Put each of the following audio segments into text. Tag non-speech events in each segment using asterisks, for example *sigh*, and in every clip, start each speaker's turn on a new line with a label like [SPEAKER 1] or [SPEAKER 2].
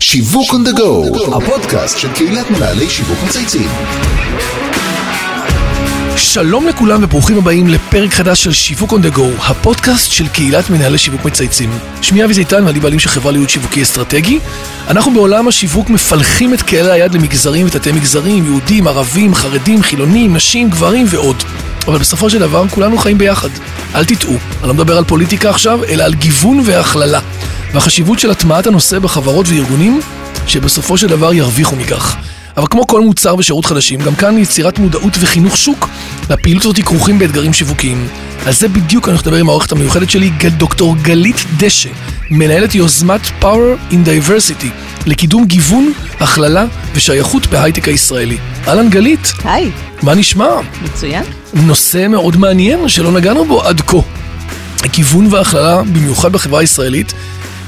[SPEAKER 1] שיווק on the go, הפודקאסט של קהילת מנהלי שיווק מצייצים.
[SPEAKER 2] שלום לכולם וברוכים הבאים לפרק חדש של שיווק on the go, הפודקאסט של קהילת מנהלי שיווק מצייצים. שמי אבי זיתן ואני בעלים של חברה להיות שיווקי אסטרטגי. אנחנו בעולם השיווק מפלחים את קהלי היד למגזרים ותתי מגזרים, יהודים, ערבים, חרדים, חילונים, נשים, גברים ועוד. אבל בסופו של דבר כולנו חיים ביחד. אל תטעו, אני לא מדבר על פוליטיקה עכשיו, אלא על גיוון והכללה. והחשיבות של הטמעת הנושא בחברות וארגונים, שבסופו של דבר ירוויחו מכך. אבל כמו כל מוצר ושירות חדשים, גם כאן ליצירת מודעות וחינוך שוק, והפעילות הזאת כרוכים באתגרים שיווקיים. על זה בדיוק אני הולך לדבר עם העורכת המיוחדת שלי, גל- דוקטור גלית דשא, מנהלת יוזמת Power in Diversity, לקידום גיוון, הכללה ושייכות בהייטק הישראלי. אהלן גלית,
[SPEAKER 3] היי,
[SPEAKER 2] מה נשמע?
[SPEAKER 3] מצוין.
[SPEAKER 2] נושא מאוד מעניין שלא נגענו בו עד כה. הגיוון וההכללה, במיוחד בחברה הישראלית,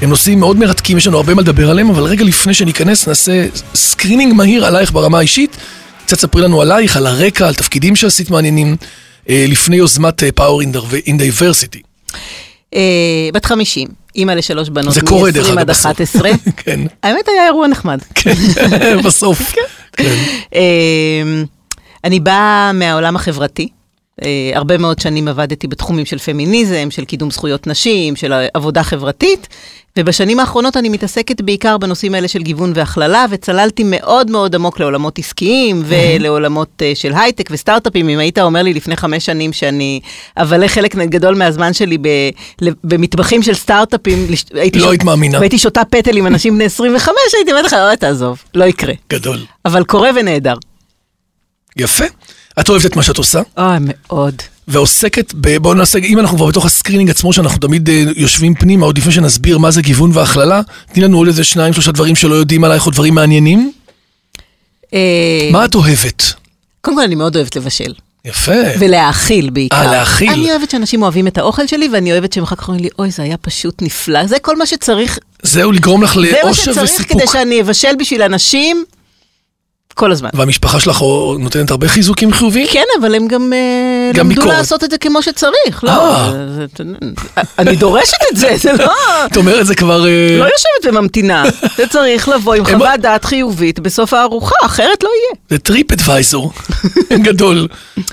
[SPEAKER 2] הם נושאים מאוד מרתקים, יש לנו הרבה מה לדבר עליהם, אבל רגע לפני שניכנס נעשה סקרינינג מהיר עלייך ברמה האישית. קצת ספרי לנו עלייך, על הרקע, על תפקידים שעשית מעניינים, אה, לפני יוזמת אה, Power in Diver- in Diversity. *laughs*
[SPEAKER 3] אה, בת 50, אימא לשלוש בנות,
[SPEAKER 2] זה קורה דרך
[SPEAKER 3] מ-20
[SPEAKER 2] אגב
[SPEAKER 3] עד
[SPEAKER 2] בסוף. *laughs*
[SPEAKER 3] 11.
[SPEAKER 2] כן,
[SPEAKER 3] האמת היה אירוע נחמד.
[SPEAKER 2] כן, בסוף. כן.
[SPEAKER 3] אה, אני באה מהעולם החברתי. אה, הרבה מאוד שנים עבדתי בתחומים של פמיניזם, של קידום זכויות נשים, של עבודה חברתית, ובשנים האחרונות אני מתעסקת בעיקר בנושאים האלה של גיוון והכללה, וצללתי מאוד מאוד עמוק לעולמות עסקיים ולעולמות אה, של הייטק וסטארט-אפים. אם היית אומר לי לפני חמש שנים שאני אבלה חלק גדול מהזמן שלי ב- ל- במטבחים של סטארט-אפים, לש- הייתי
[SPEAKER 2] לא
[SPEAKER 3] שות-
[SPEAKER 2] היית מאמינה.
[SPEAKER 3] והייתי שותה פטל עם אנשים בני 25, הייתי אומרת לך, אוי, תעזוב, לא יקרה.
[SPEAKER 2] גדול.
[SPEAKER 3] אבל קורה ונהדר.
[SPEAKER 2] יפה. את אוהבת את מה שאת עושה?
[SPEAKER 3] אוי, אה, מאוד.
[SPEAKER 2] ועוסקת, ב, בואו נעשה, אם אנחנו כבר בתוך הסקרינינג עצמו, שאנחנו תמיד אה, יושבים פנימה, עוד לפני שנסביר מה זה גיוון והכללה, תני לנו עוד איזה שניים, שלושה דברים שלא יודעים עלייך, או דברים מעניינים.
[SPEAKER 3] אה,
[SPEAKER 2] מה את אוהבת?
[SPEAKER 3] קודם כל, אני מאוד אוהבת לבשל.
[SPEAKER 2] יפה.
[SPEAKER 3] ולהאכיל בעיקר.
[SPEAKER 2] אה, להאכיל.
[SPEAKER 3] אני אוהבת שאנשים אוהבים את האוכל שלי, ואני אוהבת שהם אחר כך אומרים לי, אוי, זה היה פשוט נפלא. זה כל מה שצריך,
[SPEAKER 2] זהו, לגרום לך
[SPEAKER 3] זה מה
[SPEAKER 2] לאושר
[SPEAKER 3] שצריך כדי
[SPEAKER 2] וסיפוק.
[SPEAKER 3] שאני אבשל בשביל אנשים כל הזמן.
[SPEAKER 2] והמשפחה שלך או- נותנת הרבה חיזוקים חיוביים?
[SPEAKER 3] כן, אבל הם גם, אה,
[SPEAKER 2] גם
[SPEAKER 3] למדו
[SPEAKER 2] ביקורת.
[SPEAKER 3] לעשות את זה כמו שצריך. לא,
[SPEAKER 2] אה.
[SPEAKER 3] זה- זה- אתה- אני דורשת את זה, זה לא...
[SPEAKER 2] את אומרת זה כבר... אה,
[SPEAKER 3] לא יושבת וממתינה, זה צריך לבוא עם
[SPEAKER 2] הם-
[SPEAKER 3] חוות דעת חיובית בסוף הארוחה, אחרת לא יהיה.
[SPEAKER 2] זה טריפ אדוויזור. *laughs* גדול.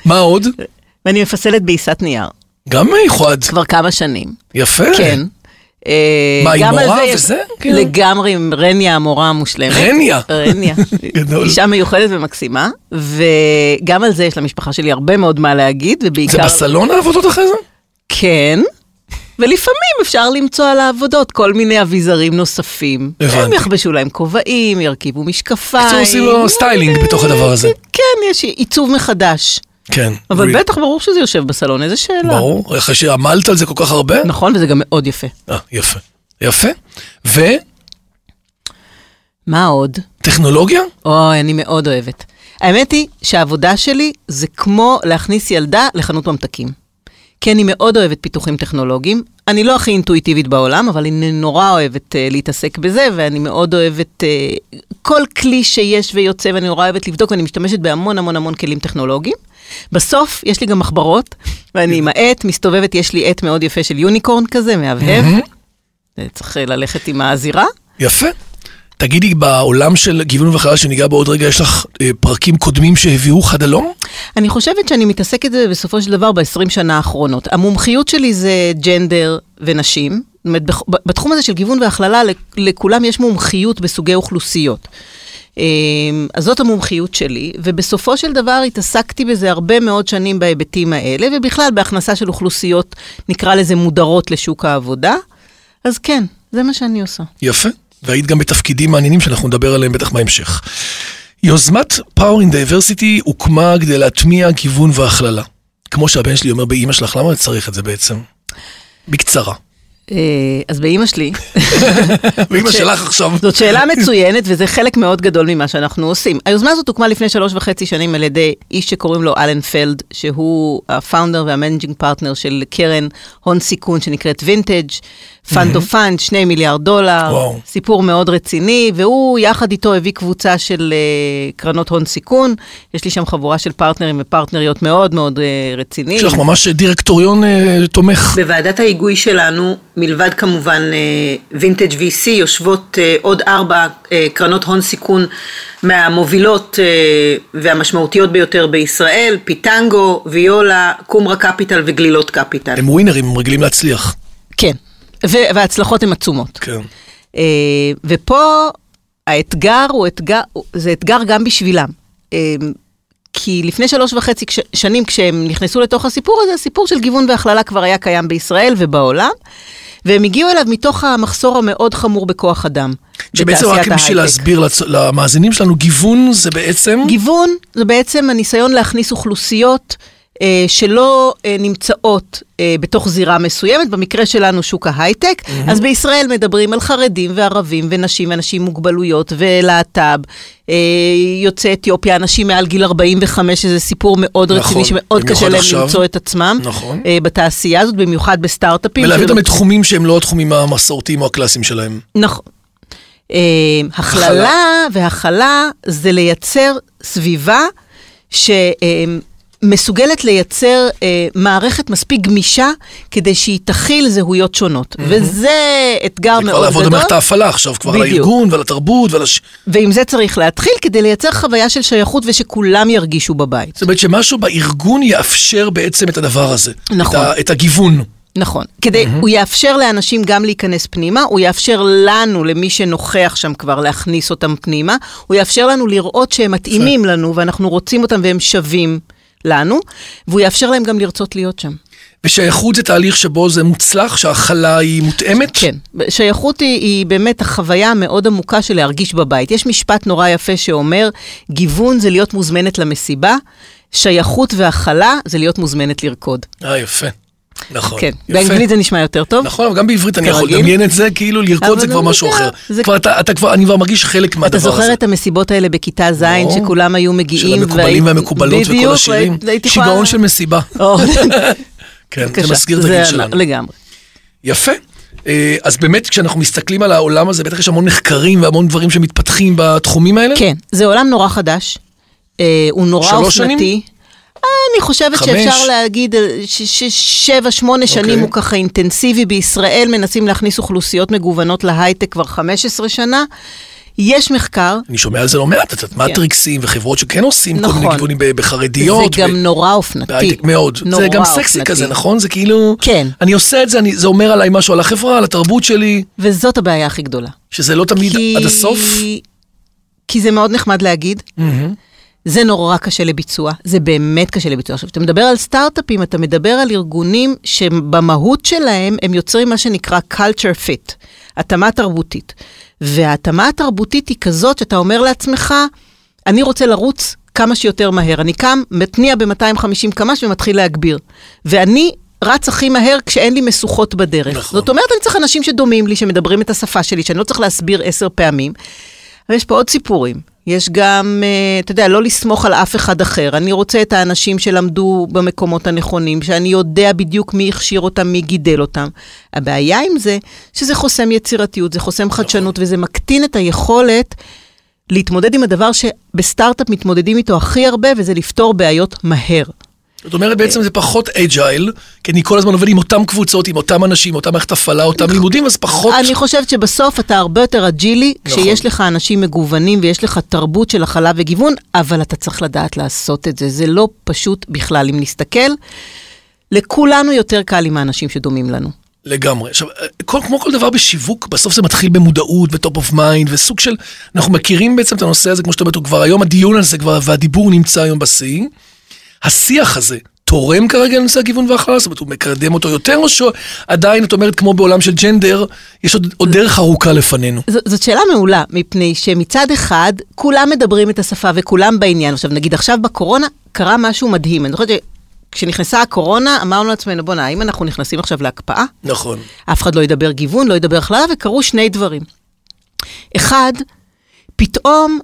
[SPEAKER 2] מה עוד?
[SPEAKER 3] ואני מפסלת בעיסת נייר,
[SPEAKER 2] גם מיוחד.
[SPEAKER 3] כבר כמה שנים.
[SPEAKER 2] יפה.
[SPEAKER 3] כן. אה,
[SPEAKER 2] מה, היא
[SPEAKER 3] גם על
[SPEAKER 2] מורה
[SPEAKER 3] זה יש-
[SPEAKER 2] וזה? כאילו?
[SPEAKER 3] לגמרי, עם רניה המורה המושלמת.
[SPEAKER 2] רניה.
[SPEAKER 3] רניה.
[SPEAKER 2] *laughs* גדול.
[SPEAKER 3] אישה מיוחדת ומקסימה, וגם על זה יש למשפחה שלי הרבה מאוד מה להגיד, ובעיקר...
[SPEAKER 2] זה בסלון העבודות אחרי זה?
[SPEAKER 3] כן. ולפעמים אפשר למצוא על העבודות כל מיני אביזרים נוספים.
[SPEAKER 2] הבנתי.
[SPEAKER 3] הם יחבשו להם כובעים, ירכיבו משקפיים. אה,
[SPEAKER 2] בקיצור, עושים לו סטיילינג בתוך הדבר הזה.
[SPEAKER 3] כן, יש עיצוב מחדש.
[SPEAKER 2] כן.
[SPEAKER 3] אבל
[SPEAKER 2] really.
[SPEAKER 3] בטח ברור שזה יושב בסלון, איזה שאלה.
[SPEAKER 2] ברור, אחרי שעמלת על זה כל כך הרבה?
[SPEAKER 3] נכון, וזה גם מאוד יפה.
[SPEAKER 2] אה, יפה. יפה.
[SPEAKER 3] מה עוד?
[SPEAKER 2] וטכנולוגיה?
[SPEAKER 3] אוי, אני מאוד אוהבת. האמת היא שהעבודה שלי זה כמו להכניס ילדה לחנות ממתקים. כי אני מאוד אוהבת פיתוחים טכנולוגיים. אני לא הכי אינטואיטיבית בעולם, אבל אני נורא אוהבת uh, להתעסק בזה, ואני מאוד אוהבת uh, כל כלי שיש ויוצא, ואני נורא אוהבת לבדוק, ואני משתמשת בהמון המון המון כלים טכנולוגיים. בסוף יש לי גם מחברות, ואני עם העט, מסתובבת, יש לי עט מאוד יפה של יוניקורן כזה, מהבהב. צריך אה, ללכת עם הזירה.
[SPEAKER 2] יפה. תגידי, בעולם של גיוון וחלל שניגע בו עוד רגע, יש לך אה, פרקים קודמים שהביאו חדלום?
[SPEAKER 3] אני חושבת שאני מתעסקת בזה בסופו של דבר ב-20 שנה האחרונות. המומחיות שלי זה ג'נדר ונשים. זאת אומרת, בח- ב- בתחום הזה של גיוון והכללה, לכ- לכולם יש מומחיות בסוגי אוכלוסיות. אמ, אז זאת המומחיות שלי, ובסופו של דבר התעסקתי בזה הרבה מאוד שנים בהיבטים האלה, ובכלל בהכנסה של אוכלוסיות, נקרא לזה מודרות לשוק העבודה. אז כן, זה מה שאני עושה.
[SPEAKER 2] יפה. והיית גם בתפקידים מעניינים שאנחנו נדבר עליהם בטח בהמשך. יוזמת Power in Diversity הוקמה כדי להטמיע גיוון והכללה. כמו שהבן שלי אומר באימא שלך, למה אני צריך את זה בעצם?
[SPEAKER 3] *laughs*
[SPEAKER 2] בקצרה.
[SPEAKER 3] אה, אז באימא שלי,
[SPEAKER 2] ואימא שלך עכשיו.
[SPEAKER 3] זאת
[SPEAKER 2] *laughs*
[SPEAKER 3] שאלה מצוינת, וזה חלק מאוד גדול ממה שאנחנו עושים. היוזמה הזאת הוקמה לפני שלוש וחצי שנים על ידי איש שקוראים לו אלן פלד, שהוא הפאונדר והמנג'ינג פרטנר של קרן הון סיכון שנקראת וינטג', פאנטו פאנד, שני מיליארד דולר,
[SPEAKER 2] וואו.
[SPEAKER 3] סיפור מאוד רציני, והוא יחד איתו הביא קבוצה של אה, קרנות הון סיכון, יש לי שם חבורה של פרטנרים ופרטנריות מאוד מאוד אה, רציניים.
[SPEAKER 2] יש לך ממש דירקטוריון אה, תומך.
[SPEAKER 4] בוועדת ההיגוי שלנו, מלבד כמובן אה, וינטג' VC, יושבות אה, עוד ארבע אה, קרנות הון סיכון מהמובילות אה, והמשמעותיות ביותר בישראל, פיטנגו, ויולה, קומרה קפיטל וגלילות קפיטל.
[SPEAKER 2] הם ווינרים, הם רגילים להצליח.
[SPEAKER 3] כן, ו- וההצלחות הן עצומות.
[SPEAKER 2] כן.
[SPEAKER 3] אה, ופה האתגר הוא אתגר, הוא- זה אתגר גם בשבילם. אה, כי לפני שלוש וחצי כש- שנים כשהם נכנסו לתוך הסיפור הזה, הסיפור של גיוון והכללה כבר היה קיים בישראל ובעולם, והם הגיעו אליו מתוך המחסור המאוד חמור בכוח אדם.
[SPEAKER 2] שבעצם רק
[SPEAKER 3] בתעשיית
[SPEAKER 2] בשביל
[SPEAKER 3] ההייטק.
[SPEAKER 2] להסביר לצ- למאזינים שלנו, גיוון זה בעצם...
[SPEAKER 3] גיוון זה בעצם הניסיון להכניס אוכלוסיות אה, שלא אה, נמצאות אה, בתוך זירה מסוימת, במקרה שלנו שוק ההייטק, mm-hmm. אז בישראל מדברים על חרדים וערבים ונשים ואנשים עם מוגבלויות ולהט"ב, אה, יוצאי אתיופיה, אנשים מעל גיל 45, שזה סיפור מאוד
[SPEAKER 2] נכון,
[SPEAKER 3] רציני, שמאוד
[SPEAKER 2] במיוחד
[SPEAKER 3] קשה להם
[SPEAKER 2] עכשיו.
[SPEAKER 3] למצוא את עצמם
[SPEAKER 2] נכון.
[SPEAKER 3] אה, בתעשייה הזאת, במיוחד בסטארט-אפים.
[SPEAKER 2] ולהביא
[SPEAKER 3] שזה
[SPEAKER 2] אותם
[SPEAKER 3] לא-
[SPEAKER 2] לתחומים שהם לא התחומים המסורתיים או הקלאסיים שלהם.
[SPEAKER 3] נכון. אה, הכללה והכלה זה לייצר סביבה שמסוגלת לייצר אה, מערכת מספיק גמישה כדי שהיא תכיל זהויות שונות. וזה אתגר
[SPEAKER 2] זה כבר
[SPEAKER 3] מאוד
[SPEAKER 2] לעבוד
[SPEAKER 3] גדול,
[SPEAKER 2] במערכת ההפעלה עכשיו, כבר על
[SPEAKER 3] לא- בדיוק.
[SPEAKER 2] הארגון ועל התרבות ועל הש...
[SPEAKER 3] ועם זה צריך להתחיל כדי לייצר חוויה של שייכות ושכולם ירגישו בבית.
[SPEAKER 2] זאת אומרת שמשהו בארגון יאפשר בעצם את הדבר הזה.
[SPEAKER 3] נכון.
[SPEAKER 2] את, ה, את הגיוון.
[SPEAKER 3] נכון. כדי, mm-hmm. הוא יאפשר לאנשים גם להיכנס פנימה, הוא יאפשר לנו, למי שנוכח שם כבר, להכניס אותם פנימה, הוא יאפשר לנו לראות שהם מתאימים לנו, ואנחנו רוצים אותם והם שווים לנו, והוא יאפשר להם גם לרצות להיות שם.
[SPEAKER 2] ושייכות זה תהליך שבו זה מוצלח, שההכלה היא מותאמת.
[SPEAKER 3] כן, שייכות היא, היא באמת החוויה המאוד עמוקה של להרגיש בבית. יש משפט נורא יפה שאומר, גיוון זה להיות מוזמנת למסיבה, שייכות והכלה זה להיות מוזמנת לרקוד.
[SPEAKER 2] אה, יפה. נכון.
[SPEAKER 3] כן,
[SPEAKER 2] יפה.
[SPEAKER 3] באנגלית זה נשמע יותר טוב.
[SPEAKER 2] נכון, אבל גם בעברית אני יכול
[SPEAKER 3] כרגיל.
[SPEAKER 2] לדמיין את זה, כאילו לרקוד
[SPEAKER 3] אבל
[SPEAKER 2] זה כבר
[SPEAKER 3] אני
[SPEAKER 2] משהו
[SPEAKER 3] יודע,
[SPEAKER 2] אחר.
[SPEAKER 3] זה-
[SPEAKER 2] כבר אתה, אתה כבר, אני כבר מרגיש חלק מהדבר
[SPEAKER 3] אתה
[SPEAKER 2] הזה.
[SPEAKER 3] זוכר את המסיבות האלה בכיתה ז',
[SPEAKER 2] ברור.
[SPEAKER 3] שכולם היו מגיעים?
[SPEAKER 2] של המקובלים
[SPEAKER 3] והי-
[SPEAKER 2] והמקובלות וכל
[SPEAKER 3] בדיוק,
[SPEAKER 2] השירים.
[SPEAKER 3] והי- והייתי יכולה-
[SPEAKER 2] שיגעון של מסיבה.
[SPEAKER 3] או,
[SPEAKER 2] כן,
[SPEAKER 3] בבקשה.
[SPEAKER 2] זה מזכיר את הגיל שלנו.
[SPEAKER 3] לגמרי.
[SPEAKER 2] יפה. אה, אז באמת, כשאנחנו מסתכלים על העולם הזה, בטח יש המון מחקרים והמון דברים שמתפתחים בתחומים האלה.
[SPEAKER 3] כן, זה עולם נורא חדש. אה, הוא נורא
[SPEAKER 2] שלוש שנים?
[SPEAKER 3] אופנתי. אה, אני חושבת
[SPEAKER 2] חמש?
[SPEAKER 3] שאפשר להגיד אה, ש- ש- שבע, שמונה
[SPEAKER 2] אוקיי.
[SPEAKER 3] שנים הוא ככה אינטנסיבי. בישראל מנסים להכניס אוכלוסיות מגוונות להייטק כבר 15 שנה. יש מחקר,
[SPEAKER 2] אני שומע על זה לא מעט, את יודעת, מטריקסים וחברות שכן עושים כל מיני
[SPEAKER 3] נכון.
[SPEAKER 2] כיוונים ב- בחרדיות.
[SPEAKER 3] זה גם
[SPEAKER 2] ב-
[SPEAKER 3] נורא אופנתי.
[SPEAKER 2] בהייטק מאוד.
[SPEAKER 3] נורא
[SPEAKER 2] זה גם סקסי
[SPEAKER 3] אופנתי.
[SPEAKER 2] כזה, נכון? זה כאילו...
[SPEAKER 3] כן.
[SPEAKER 2] אני עושה את זה, אני- זה אומר עליי משהו על החברה, על התרבות שלי,
[SPEAKER 3] וזאת הבעיה הכי גדולה.
[SPEAKER 2] שזה לא תמיד עד הסוף.
[SPEAKER 3] כי זה מאוד נחמד להגיד. זה נורא קשה לביצוע, זה באמת קשה לביצוע. עכשיו, אתה מדבר על סטארט-אפים, אתה מדבר על ארגונים שבמהות שלהם הם יוצרים מה שנקרא culture fit, התאמה תרבותית. וההתאמה התרבותית היא כזאת שאתה אומר לעצמך, אני רוצה לרוץ כמה שיותר מהר. אני קם, מתניע ב-250 קמ"ש ומתחיל להגביר. ואני רץ הכי מהר כשאין לי משוכות בדרך.
[SPEAKER 2] נכון.
[SPEAKER 3] זאת אומרת, אני צריך אנשים שדומים לי, שמדברים את השפה שלי, שאני לא צריך להסביר עשר פעמים. אבל יש פה עוד סיפורים. יש גם, אה, אתה יודע, לא לסמוך על אף אחד אחר. אני רוצה את האנשים שלמדו במקומות הנכונים, שאני יודע בדיוק מי הכשיר אותם, מי גידל אותם. הבעיה עם זה, שזה חוסם יצירתיות, זה חוסם חדשנות, וזה מקטין את היכולת להתמודד עם הדבר שבסטארט-אפ מתמודדים איתו הכי הרבה, וזה לפתור בעיות מהר.
[SPEAKER 2] זאת אומרת, בעצם זה פחות אג'ייל, כי אני כל הזמן עובד עם אותם קבוצות, עם אותם אנשים, אותה מערכת הפעלה, אותם לימודים, אז פחות...
[SPEAKER 3] אני חושבת שבסוף אתה הרבה יותר אג'ילי,
[SPEAKER 2] נכון.
[SPEAKER 3] כשיש לך אנשים מגוונים ויש לך תרבות של הכלה וגיוון, אבל אתה צריך לדעת לעשות את זה. זה לא פשוט בכלל. אם נסתכל, לכולנו יותר קל עם האנשים שדומים לנו.
[SPEAKER 2] לגמרי. עכשיו, אה, כל, כמו כל דבר בשיווק, בסוף זה מתחיל במודעות וטופ אוף מיינד וסוג של, אנחנו מכירים בעצם את הנושא הזה, כמו שאת אומרת, הוא כבר היום הדיון על זה כבר, והדיבור נמצא היום בשיא. השיח הזה תורם כרגע לנושא הגיוון והכללה? זאת אומרת, הוא מקדם אותו יותר, או שעדיין, את אומרת, כמו בעולם של ג'נדר, יש עוד, עוד דרך ארוכה לפנינו.
[SPEAKER 3] ז- זאת שאלה מעולה, מפני שמצד אחד, כולם מדברים את השפה וכולם בעניין. עכשיו, נגיד עכשיו בקורונה, קרה משהו מדהים. אני זוכרת שכשנכנסה הקורונה, אמרנו לעצמנו, בואנה, האם אנחנו נכנסים עכשיו להקפאה?
[SPEAKER 2] נכון.
[SPEAKER 3] אף אחד לא ידבר גיוון, לא ידבר הכללה, וקרו שני דברים. אחד, פתאום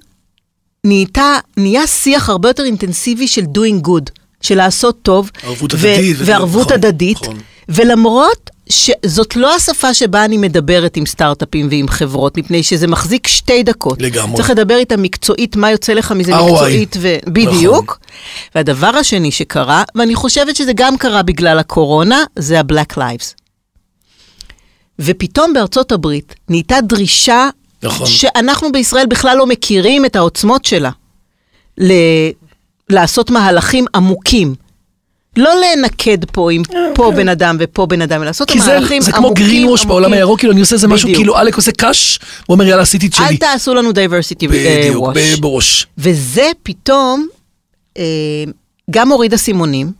[SPEAKER 3] נהייתה, נהיה שיח הרבה יותר אינטנסיבי של doing good, של לעשות טוב.
[SPEAKER 2] ערבות הדדית וזה,
[SPEAKER 3] וערבות
[SPEAKER 2] נכון,
[SPEAKER 3] הדדית.
[SPEAKER 2] נכון.
[SPEAKER 3] ולמרות שזאת לא השפה שבה אני מדברת עם סטארט-אפים ועם חברות, מפני שזה מחזיק שתי דקות.
[SPEAKER 2] לגמרי.
[SPEAKER 3] צריך לדבר איתה מקצועית, מה יוצא לך מזה
[SPEAKER 2] ROI.
[SPEAKER 3] מקצועית, ו...
[SPEAKER 2] נכון.
[SPEAKER 3] בדיוק. והדבר השני שקרה, ואני חושבת שזה גם קרה בגלל הקורונה, זה ה-Black Lives. ופתאום בארצות הברית נהייתה דרישה,
[SPEAKER 2] נכון.
[SPEAKER 3] שאנחנו בישראל בכלל לא מכירים את העוצמות שלה, ל- לעשות מהלכים עמוקים. לא לנקד פה עם פה בן אדם ופה בן אדם, אלא לעשות
[SPEAKER 2] אה, אוקיי. כי זה,
[SPEAKER 3] מהלכים
[SPEAKER 2] זה
[SPEAKER 3] עמוקים.
[SPEAKER 2] כמו גרינווש בעולם
[SPEAKER 3] עמוקים.
[SPEAKER 2] הירוק, כאילו אני עושה איזה משהו,
[SPEAKER 3] בדיוק.
[SPEAKER 2] כאילו עלק עושה קאש, הוא אומר יאללה עשיתי את שלי.
[SPEAKER 3] אל אה, תעשו לנו דייברסיטי
[SPEAKER 2] בדיוק,
[SPEAKER 3] ווש.
[SPEAKER 2] ב- בראש.
[SPEAKER 3] וזה פתאום אה, גם הוריד אסימונים,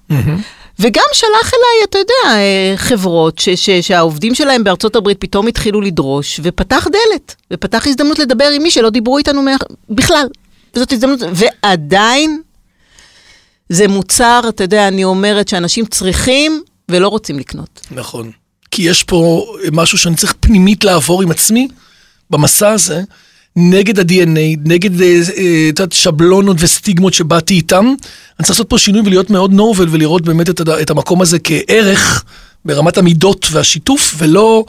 [SPEAKER 3] וגם שלח אליי, אתה יודע, אה, חברות ש- ש- שהעובדים שלהם בארצות הברית פתאום התחילו לדרוש, ופתח דלת, ופתח הזדמנות לדבר עם מי שלא דיברו איתנו מה- בכלל. וזאת הזדמנות, ועדיין זה מוצר, אתה יודע, אני אומרת שאנשים צריכים ולא רוצים לקנות.
[SPEAKER 2] נכון. כי יש פה משהו שאני צריך פנימית לעבור עם עצמי, במסע הזה, נגד ה-DNA, נגד אה, אה, את יודעת, שבלונות וסטיגמות שבאתי איתם. אני צריך לעשות פה שינוי ולהיות מאוד נובל ולראות באמת את, הד- את המקום הזה כערך ברמת המידות והשיתוף, ולא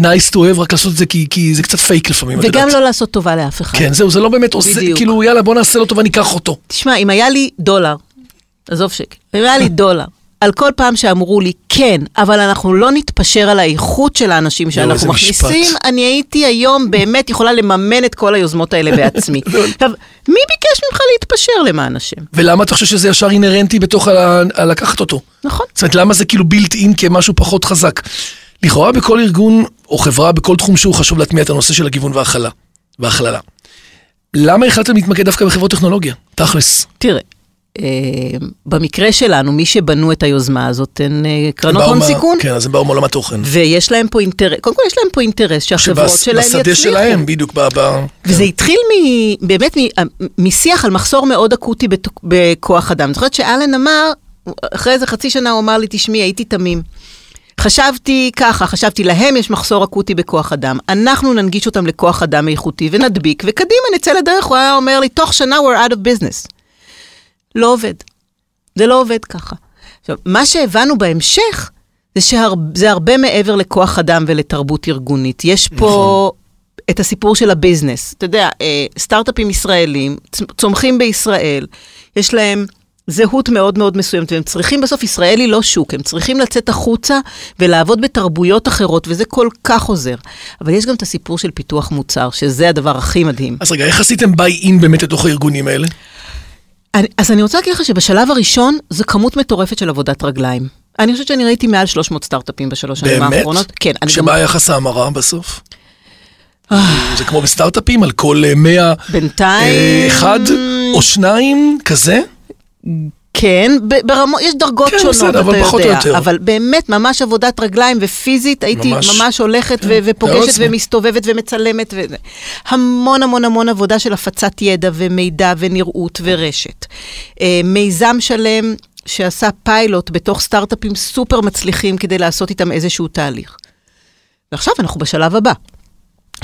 [SPEAKER 2] nice to have, רק לעשות את זה כי, כי זה קצת פייק לפעמים, את
[SPEAKER 3] וגם
[SPEAKER 2] יודעת.
[SPEAKER 3] לא לעשות טובה לאף אחד.
[SPEAKER 2] כן, זהו, זה לא באמת עושה,
[SPEAKER 3] בדיוק.
[SPEAKER 2] כאילו יאללה בוא נעשה לו טובה, ניקח אותו.
[SPEAKER 3] תשמע, אם היה לי דולר, עזוב שקל, אם היה לי דולר, על כל פעם שאמרו לי, כן, אבל אנחנו לא נתפשר על האיכות של האנשים
[SPEAKER 2] איזה
[SPEAKER 3] שאנחנו
[SPEAKER 2] משפט.
[SPEAKER 3] מכניסים, אני הייתי היום באמת יכולה לממן את כל היוזמות האלה
[SPEAKER 2] *laughs*
[SPEAKER 3] בעצמי.
[SPEAKER 2] נכון.
[SPEAKER 3] עכשיו, מי ביקש ממך להתפשר למען השם?
[SPEAKER 2] ולמה אתה חושב שזה ישר אינהרנטי בתוך ה- ה- לקחת אותו?
[SPEAKER 3] נכון.
[SPEAKER 2] זאת אומרת, למה זה כאילו בילט אין כמשהו פחות חזק? לכאורה בכל ארגון או חברה, בכל תחום שהוא חשוב להטמיע את הנושא של הגיוון וההכלה. והכללה. למה החלטתם להתמקד דווקא בחברות טכנולוגיה? תכלס.
[SPEAKER 3] תראה, אה, במקרה שלנו, מי שבנו את היוזמה הזאת הן אה, קרנות
[SPEAKER 2] באו
[SPEAKER 3] הון
[SPEAKER 2] מה-
[SPEAKER 3] סיכון,
[SPEAKER 2] כן, אז הם באו מעולם התוכן.
[SPEAKER 3] ויש להם פה אינטרס, קודם כל יש להם פה אינטרס שהחברות
[SPEAKER 2] שבס-
[SPEAKER 3] שלהם יצליחו.
[SPEAKER 2] בשדה שלהם, בדיוק. ב, ב...
[SPEAKER 3] וזה התחיל מ, באמת מ, משיח על מחסור מאוד אקוטי בת, בכוח אדם. אני זוכרת שאלן אמר, אחרי איזה חצי שנה הוא אמר לי, תשמעי, הייתי תמים. חשבתי ככה, חשבתי להם יש מחסור אקוטי בכוח אדם, אנחנו ננגיש אותם לכוח אדם איכותי ונדביק, וקדימה נצא לדרך, הוא היה אומר לי, תוך שנה we're out of business. לא עובד. זה לא עובד ככה. עכשיו, מה שהבנו בהמשך, זה שזה הרבה מעבר לכוח אדם ולתרבות ארגונית. יש פה את הסיפור של הביזנס. אתה יודע, אה, סטארט-אפים ישראלים צ- צומחים בישראל, יש להם זהות מאוד מאוד מסוימת, והם צריכים בסוף, ישראל היא לא שוק, הם צריכים לצאת החוצה ולעבוד בתרבויות אחרות, וזה כל כך עוזר. אבל יש גם את הסיפור של פיתוח מוצר, שזה הדבר הכי מדהים.
[SPEAKER 2] אז רגע, איך עשיתם ביי אין באמת לתוך הארגונים האלה?
[SPEAKER 3] אני, אז אני רוצה להגיד לך שבשלב הראשון זו כמות מטורפת של עבודת רגליים. אני חושבת שאני ראיתי מעל 300 סטארט-אפים בשלוש שנים
[SPEAKER 2] באמת?
[SPEAKER 3] האחרונות. כן, אני גם...
[SPEAKER 2] שמה
[SPEAKER 3] אה.
[SPEAKER 2] היחס ההמרה בסוף? זה כמו בסטארט-אפים, על כל אה, 100, אה,
[SPEAKER 3] בינתיים...
[SPEAKER 2] אחד או שניים, כזה?
[SPEAKER 3] כן, ב- ברמות, יש דרגות
[SPEAKER 2] כן,
[SPEAKER 3] שונות,
[SPEAKER 2] בסדר,
[SPEAKER 3] אתה
[SPEAKER 2] אבל
[SPEAKER 3] יודע.
[SPEAKER 2] פחות או יותר.
[SPEAKER 3] אבל באמת, ממש עבודת רגליים ופיזית, הייתי
[SPEAKER 2] ממש. כן.
[SPEAKER 3] ממש, ממש הולכת ו-
[SPEAKER 2] תאר
[SPEAKER 3] ופוגשת
[SPEAKER 2] לעצמך.
[SPEAKER 3] ומסתובבת ומצלמת. ו... המון המון המון עבודה של הפצת ידע ומידע ונראות ורשת. אה, מיזם שלם שעשה פיילוט בתוך סטארט-אפים סופר מצליחים כדי לעשות איתם איזשהו תהליך. ועכשיו אנחנו בשלב הבא.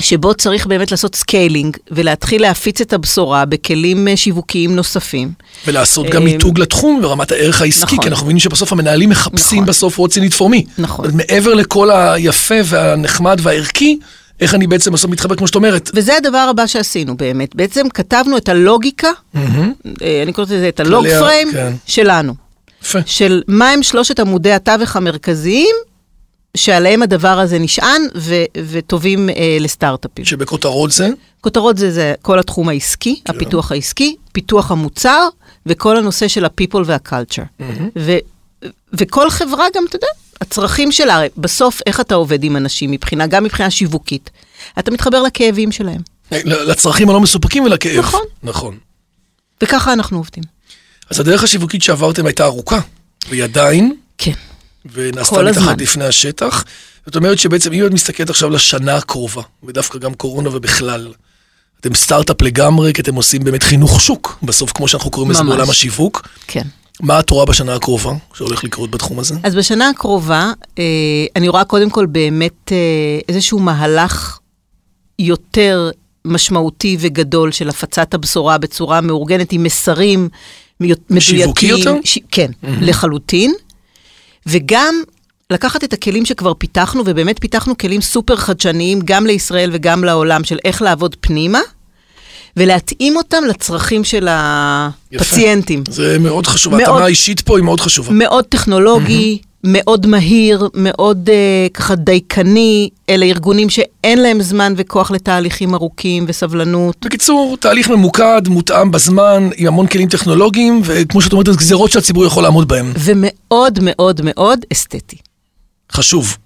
[SPEAKER 3] שבו צריך באמת לעשות סקיילינג ולהתחיל להפיץ את הבשורה בכלים אה, שיווקיים נוספים.
[SPEAKER 2] ולעשות גם
[SPEAKER 3] אה,
[SPEAKER 2] מיתוג לתחום ורמת הערך העסקי,
[SPEAKER 3] נכון.
[SPEAKER 2] כי אנחנו מבינים שבסוף המנהלים מחפשים
[SPEAKER 3] נכון.
[SPEAKER 2] בסוף what's in it for me.
[SPEAKER 3] נכון.
[SPEAKER 2] אז מעבר לכל היפה והנחמד והערכי, איך אני בעצם בסוף מתחבר, כמו שאת אומרת.
[SPEAKER 3] וזה הדבר הבא שעשינו באמת. בעצם כתבנו את הלוגיקה, אה, אני קוראת לזה את הלוג
[SPEAKER 2] כללי ה-
[SPEAKER 3] פריים
[SPEAKER 2] כן.
[SPEAKER 3] שלנו,
[SPEAKER 2] יפה.
[SPEAKER 3] של מהם שלושת עמודי התווך המרכזיים שעליהם הדבר הזה נשען ו- וטובים אה, לסטארט-אפים.
[SPEAKER 2] שבכותרות זה,
[SPEAKER 3] כותרות זה, זה כל התחום העסקי, כן. הפיתוח העסקי, פיתוח המוצר, וכל הנושא של ה-people וה-culture. ו- וכל חברה גם, אתה יודע, הצרכים שלה, הרי בסוף איך אתה עובד עם אנשים מבחינה, גם מבחינה שיווקית. אתה מתחבר לכאבים שלהם,
[SPEAKER 2] אה, לצרכים הלא מסופקים ולכאב.
[SPEAKER 3] נכון.
[SPEAKER 2] נכון.
[SPEAKER 3] וככה אנחנו עובדים.
[SPEAKER 2] אז הדרך השיווקית שעברתם הייתה ארוכה, והיא עדיין,
[SPEAKER 3] כן.
[SPEAKER 2] ונעשתה
[SPEAKER 3] כל
[SPEAKER 2] מתחת
[SPEAKER 3] הזמן.
[SPEAKER 2] לפני השטח. זאת אומרת שבעצם אם את מסתכלת עכשיו לשנה הקרובה, ודווקא גם קורונה ובכלל, אתם סטארט-אפ לגמרי, כי אתם עושים באמת חינוך שוק, בסוף כמו שאנחנו קוראים לזה
[SPEAKER 3] ממש.
[SPEAKER 2] בעולם השיווק.
[SPEAKER 3] כן.
[SPEAKER 2] מה את רואה בשנה הקרובה שהולך לקרות בתחום הזה?
[SPEAKER 3] אז בשנה הקרובה, אה, אני רואה קודם כל באמת אה, איזשהו מהלך יותר משמעותי וגדול של הפצת הבשורה בצורה מאורגנת עם מסרים מיו- מדויקים.
[SPEAKER 2] שיווקי יותר?
[SPEAKER 3] ש... כן, mm-hmm. לחלוטין. וגם לקחת את הכלים שכבר פיתחנו, ובאמת פיתחנו כלים סופר חדשניים גם לישראל וגם לעולם של איך לעבוד פנימה, ולהתאים אותם לצרכים של הפציינטים.
[SPEAKER 2] זה מאוד חשוב,
[SPEAKER 3] מאוד.
[SPEAKER 2] ההתאמה האישית פה היא מאוד חשובה.
[SPEAKER 3] מאוד טכנולוגי, מאוד מהיר, מאוד אה, ככה דייקני, אלה ארגונים שאין להם זמן וכוח לתהליכים ארוכים וסבלנות.
[SPEAKER 2] בקיצור, תהליך ממוקד, מותאם בזמן, עם המון כלים טכנולוגיים, וכמו שאת אומרת, גזרות שהציבור יכול לעמוד בהן.
[SPEAKER 3] ומאוד מאוד מאוד אסתטי.
[SPEAKER 2] חשוב.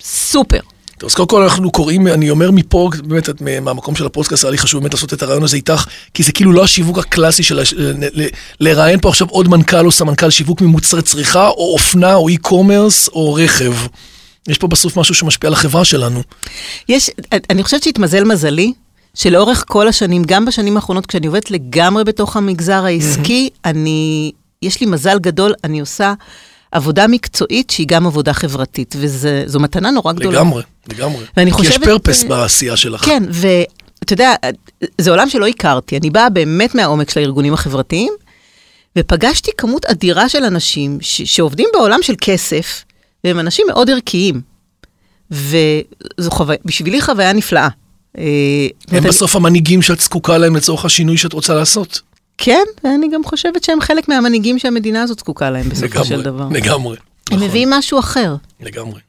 [SPEAKER 3] סופר.
[SPEAKER 2] טוב, אז קודם כל אנחנו קוראים, אני אומר מפה, באמת, את מהמקום של הפודקאסט, היה לי חשוב באמת לעשות את הרעיון הזה איתך, כי זה כאילו לא השיווק הקלאסי של... הש- ל- ל- לראיין פה עכשיו עוד מנכ"ל או סמנכ"ל שיווק ממוצרי צריכה, או אופנה, או אי-קומרס, או רכב. יש פה בסוף משהו שמשפיע על החברה שלנו.
[SPEAKER 3] יש, אני חושבת שהתמזל מזלי, שלאורך כל השנים, גם בשנים האחרונות, כשאני עובדת לגמרי בתוך המגזר העסקי, אני, יש לי מזל גדול, אני עושה עבודה מקצועית שהיא גם עבודה חברתית, וזו מתנה נורא גדולה.
[SPEAKER 2] לגמרי, לגמרי.
[SPEAKER 3] ואני
[SPEAKER 2] כי יש
[SPEAKER 3] חושבת-
[SPEAKER 2] פרפס בעשייה שלך.
[SPEAKER 3] כן, ואתה יודע, זה עולם שלא הכרתי. אני באה באמת מהעומק של הארגונים החברתיים, ופגשתי כמות אדירה של אנשים ש- שעובדים בעולם של כסף, והם אנשים מאוד ערכיים. וזו חוויה, בשבילי חוויה נפלאה. אה, זאת אומרת,
[SPEAKER 2] הם
[SPEAKER 3] אני-
[SPEAKER 2] בסוף המנהיגים שאת זקוקה להם לצורך השינוי שאת רוצה לעשות.
[SPEAKER 3] כן, ואני גם חושבת שהם חלק מהמנהיגים שהמדינה הזאת זקוקה להם בסופו של דבר.
[SPEAKER 2] לגמרי.
[SPEAKER 3] הם
[SPEAKER 2] נכון.
[SPEAKER 3] מביאים משהו אחר.
[SPEAKER 2] לגמרי.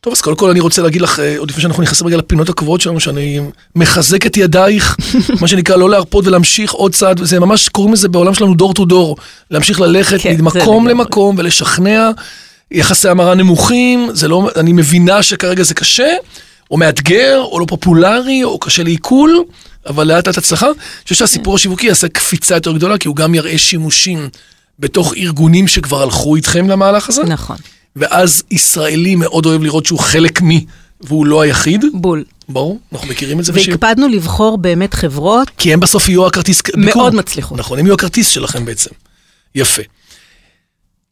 [SPEAKER 2] טוב, אז קודם כל אני רוצה להגיד לך, אה, עוד לפני שאנחנו נכנסים רגע לפינות הקבועות שלנו, שאני מחזק את
[SPEAKER 3] *laughs*
[SPEAKER 2] ידייך, מה שנקרא, לא להרפות ולהמשיך עוד צעד, וזה ממש, קוראים לזה בעולם שלנו דור טו דור, להמשיך ללכת
[SPEAKER 3] כן, זה
[SPEAKER 2] ממקום
[SPEAKER 3] לגמרי.
[SPEAKER 2] למקום ולשכנע, יחסי המרה נמוכים, זה לא, אני מבינה שכרגע זה קשה, או מאתגר, או לא פופולרי, או קשה לעיכול, אבל לאט לאט הצלחה. אני חושב שהסיפור השיווקי יעשה קפיצה יותר גדולה, כי הוא גם יראה שימושים בתוך ארגונים שכבר הלכו איתכם למהלך הזה.
[SPEAKER 3] נכון.
[SPEAKER 2] ואז ישראלי מאוד אוהב לראות שהוא חלק מי, והוא לא היחיד,
[SPEAKER 3] בול.
[SPEAKER 2] ברור, אנחנו מכירים את זה. בשביל-
[SPEAKER 3] והקפדנו לבחור באמת חברות
[SPEAKER 2] כי הם בסוף יהיו הכרטיס ביקור.
[SPEAKER 3] מאוד מצליחות.
[SPEAKER 2] נכון, הם יהיו הכרטיס שלכם בעצם. יפה.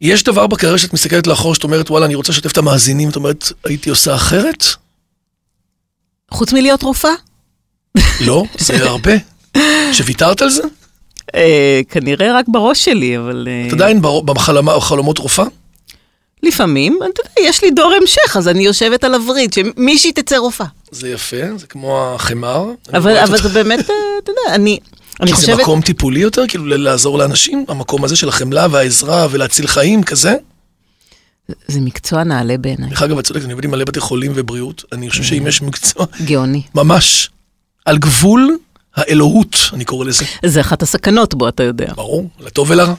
[SPEAKER 2] יש דבר בקריירה שאת מסתכלת לאחור, שאת אומרת, וואלה, אני רוצה לשתף את המאזינים, את אומרת, הייתי עושה אחרת?
[SPEAKER 3] חוץ מלהיות רופאה?
[SPEAKER 2] לא, זה הרבה. שוויתרת על זה?
[SPEAKER 3] אה, כנראה רק בראש שלי, אבל... אה,
[SPEAKER 2] את עדיין בר- בחלמה- בחלומות רופאה?
[SPEAKER 3] לפעמים, אתה יודע, יש לי דור המשך, אז אני יושבת על הווריד, שמישהי תצא רופאה.
[SPEAKER 2] זה יפה, זה כמו החמר. אני
[SPEAKER 3] אבל
[SPEAKER 2] רואה את
[SPEAKER 3] אבל
[SPEAKER 2] אותך.
[SPEAKER 3] זה באמת, אה, אתה יודע, אני... אני
[SPEAKER 2] כי זה
[SPEAKER 3] חושבת,
[SPEAKER 2] מקום טיפולי יותר, כאילו ל- לעזור לאנשים, המקום הזה של החמלה והעזרה ולהציל חיים, כזה?
[SPEAKER 3] זה מקצוע נעלה בעיניי,
[SPEAKER 2] דרך אגב, את צודקת, אני עובד עם מלא בתי חולים ובריאות, אני חושב שאם יש מקצוע,
[SPEAKER 3] גאוני.
[SPEAKER 2] ממש, על גבול האלוהות, אני קורא לזה,
[SPEAKER 3] זה אחת הסכנות בו, אתה יודע.
[SPEAKER 2] ברור, לטוב ולרע.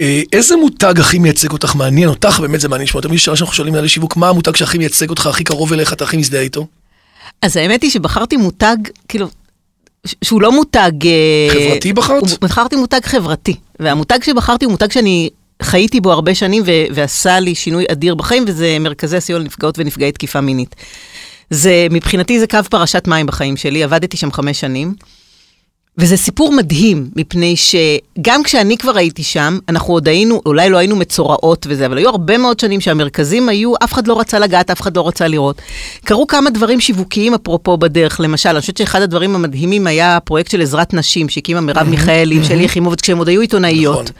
[SPEAKER 2] אה, איזה מותג הכי מייצג אותך מעניין אותך, באמת זה מעניין לשמוע, תמיד שאלה שאנחנו שואלים מנהלי שיווק, מה המותג שהכי מייצג אותך, הכי קרוב אליך, אתה הכי מזדהה איתו?
[SPEAKER 3] אז האמת היא שבחרתי מותג, כאילו, ש- שהוא לא מותג... אה,
[SPEAKER 2] חברתי בחרת?
[SPEAKER 3] הוא- בחרתי מותג חברתי, והמותג שבחרתי הוא מותג שאני חייתי בו הרבה שנים ו- ועשה לי שינוי אדיר בחיים, וזה מרכזי הסיוע לנפגעות ונפגעי תקיפה מינית. זה, מבחינתי זה קו פרשת מים בחיים שלי, עבדתי שם חמש שנים. וזה סיפור מדהים, מפני שגם כשאני כבר הייתי שם, אנחנו עוד היינו, אולי לא היינו מצורעות וזה, אבל היו הרבה מאוד שנים שהמרכזים היו, אף אחד לא רצה לגעת, אף אחד לא רצה לראות. קרו כמה דברים שיווקיים אפרופו בדרך, למשל, אני חושבת שאחד הדברים המדהימים היה הפרויקט של עזרת נשים, שהקימה מרב מיכאלי עם שלי יחימוביץ כשהם עוד היו
[SPEAKER 2] נכון.
[SPEAKER 3] עיתונאיות.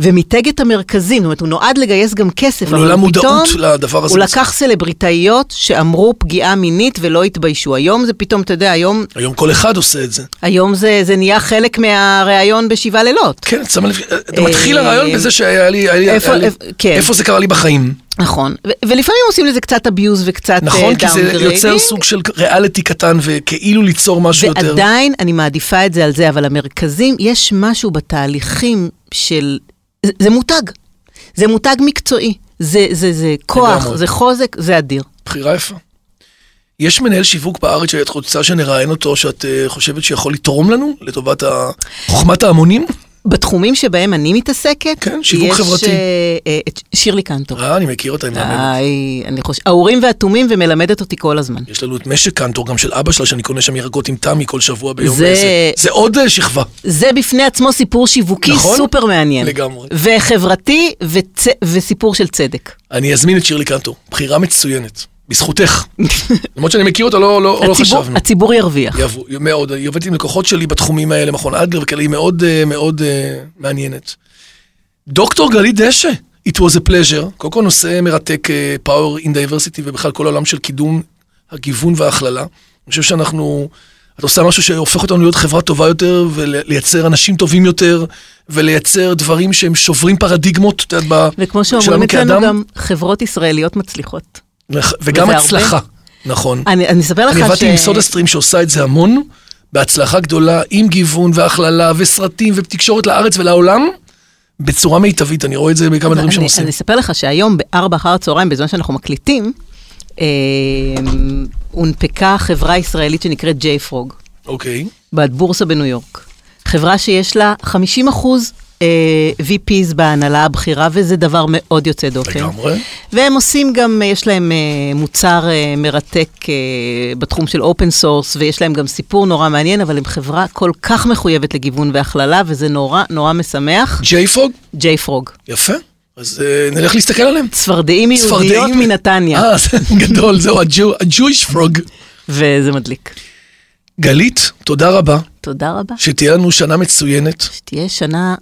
[SPEAKER 3] ומיתג את המרכזים, זאת אומרת, הוא נועד לגייס גם כסף,
[SPEAKER 2] הוא העלה מודעות לדבר הזה.
[SPEAKER 3] הוא לקח סלבריטאיות שאמרו פגיעה מינית ולא התביישו. היום זה פתאום, אתה יודע, היום
[SPEAKER 2] היום כל אחד עושה את זה.
[SPEAKER 3] היום זה, זה נהיה חלק מהראיון בשבעה לילות.
[SPEAKER 2] כן, את שמה לב, אתה
[SPEAKER 3] אה,
[SPEAKER 2] מתחיל הרעיון בזה שהיה לי, היה לי-
[SPEAKER 3] איפה-
[SPEAKER 2] היה לי-
[SPEAKER 3] איפה- כן.
[SPEAKER 2] איפה זה קרה לי בחיים.
[SPEAKER 3] נכון. ו- ולפעמים עושים לזה קצת abuse וקצת
[SPEAKER 2] נכון?
[SPEAKER 3] אה,
[SPEAKER 2] כי זה
[SPEAKER 3] downgrading,
[SPEAKER 2] יוצר סוג של ריאליטי קטן, וכאילו ליצור משהו יותר.
[SPEAKER 3] ועדיין אני מעדיפה את זה על זה, אבל המרכזים, יש משהו בתהליכים של... זה, זה מותג. זה מותג מקצועי. זה, זה, זה כוח,
[SPEAKER 2] לגמרי.
[SPEAKER 3] זה חוזק, זה אדיר.
[SPEAKER 2] בחירה יפה. יש מנהל שיווק בארץ שאת רוצה שנראיין אותו, שאת אה, חושבת שיכול לתרום לנו לטובת ה- חוכמת ההמונים?
[SPEAKER 3] בתחומים שבהם אני מתעסקת,
[SPEAKER 2] כן, שיווק
[SPEAKER 3] יש,
[SPEAKER 2] חברתי.
[SPEAKER 3] אה, אה, את שירלי קנטור.
[SPEAKER 2] אה, אני מכיר אותה, היא מאמנת.
[SPEAKER 3] די, אני חושבת, האורים והתומים ומלמדת אותי כל הזמן.
[SPEAKER 2] יש לנו את משק קנטור גם של אבא שלה, שאני קונה שם ירקות עם תמי כל שבוע ביום.
[SPEAKER 3] זה-
[SPEAKER 2] זה... זה עוד אה, שכבה.
[SPEAKER 3] זה בפני עצמו סיפור שיווקי
[SPEAKER 2] נכון?
[SPEAKER 3] סופר מעניין.
[SPEAKER 2] לגמרי.
[SPEAKER 3] וחברתי וצ... וסיפור של צדק.
[SPEAKER 2] *laughs* אני אזמין את שירלי קנטור, בחירה מצוינת, בזכותך. למרות שאני מכיר אותה, לא, לא, לא
[SPEAKER 3] הציבור,
[SPEAKER 2] חשבנו.
[SPEAKER 3] הציבור ירוויח.
[SPEAKER 2] יעברו, מאוד, היא עובדת עם לקוחות שלי בתחומים האלה, מכון אדלר וכאלה, היא מאוד אה, מאוד אה, מעניינת. דוקטור גלית דשא, It was a pleasure. קודם כל נושא מרתק, אה, Power in Diversity, ובכלל כל העולם של קידום הגיוון וההכללה. אני חושב שאנחנו, את עושה משהו שהופך אותנו להיות חברה טובה יותר, ולייצר אנשים טובים יותר, ולייצר דברים שהם שוברים פרדיגמות, את יודעת, ב-
[SPEAKER 3] וכמו שאומרים
[SPEAKER 2] שלנו
[SPEAKER 3] אצלנו,
[SPEAKER 2] כאדם.
[SPEAKER 3] גם חברות ישראליות מצליחות.
[SPEAKER 2] נכ- וגם
[SPEAKER 3] וזה
[SPEAKER 2] הצלחה,
[SPEAKER 3] הרבה.
[SPEAKER 2] נכון.
[SPEAKER 3] אני אני אספר לך ש...
[SPEAKER 2] אני עבדתי עם סודה סטרים שעושה את זה המון, בהצלחה גדולה, עם גיוון והכללה וסרטים ותקשורת לארץ ולעולם, בצורה מיטבית, אני רואה את זה בכמה דברים שהם
[SPEAKER 3] לא, אני,
[SPEAKER 2] עושים.
[SPEAKER 3] אני אספר לך שהיום בארבע אחר הצהריים, בזמן שאנחנו מקליטים, אה, הונפקה חברה ישראלית שנקראת JFrog,
[SPEAKER 2] אוקיי,
[SPEAKER 3] בבורסה בניו יורק. חברה שיש לה 50 אחוז אה, VPs בהנהלה הבכירה, וזה דבר מאוד יוצא דופן.
[SPEAKER 2] לגמרי.
[SPEAKER 3] והם עושים גם, אה, יש להם אה, מוצר אה, מרתק אה, בתחום של אופן סורס, ויש להם גם סיפור נורא מעניין, אבל הם חברה כל כך מחויבת לגיוון והכללה, וזה נורא נורא משמח.
[SPEAKER 2] JFrog,
[SPEAKER 3] JFrog.
[SPEAKER 2] יפה. אז אה, נלך להסתכל עליהם.
[SPEAKER 3] צפרדעים יהודיות
[SPEAKER 2] צפרדעים.
[SPEAKER 3] מנתניה,
[SPEAKER 2] אה, זה *laughs* גדול, זהו, ה-Jewish frog.
[SPEAKER 3] וזה מדליק.
[SPEAKER 2] גלית, תודה רבה,
[SPEAKER 3] תודה רבה.
[SPEAKER 2] שתהיה לנו שנה מצוינת,
[SPEAKER 3] שתהיה שנה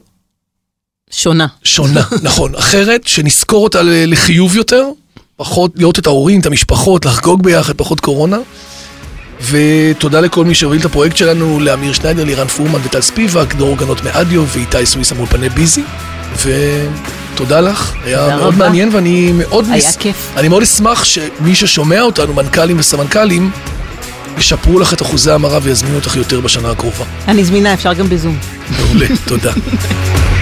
[SPEAKER 3] שונה.
[SPEAKER 2] שונה,
[SPEAKER 3] *laughs*
[SPEAKER 2] נכון, אחרת, שנזכור אותה ל- לחיוב יותר, פחות לראות את ההורים, את המשפחות, לחגוג ביחד, פחות קורונה. ותודה לכל מי שהוביל את הפרויקט שלנו, לאמיר שניידר, לירן פורמן וטל ספיבק, דרור גנות מאדיו ואיתי סוויסה מול פני ביזי. ותודה לך, היה
[SPEAKER 3] תודה
[SPEAKER 2] מאוד
[SPEAKER 3] רבה.
[SPEAKER 2] מעניין ואני מאוד...
[SPEAKER 3] היה כיף.
[SPEAKER 2] אני מאוד אשמח שמי ששומע אותנו, מנכ"לים וסמנכ"לים, ישפרו לך את אחוזי ההמרה ויזמינו אותך יותר בשנה הקרובה.
[SPEAKER 3] אני זמינה, אפשר גם בזום.
[SPEAKER 2] מעולה, תודה.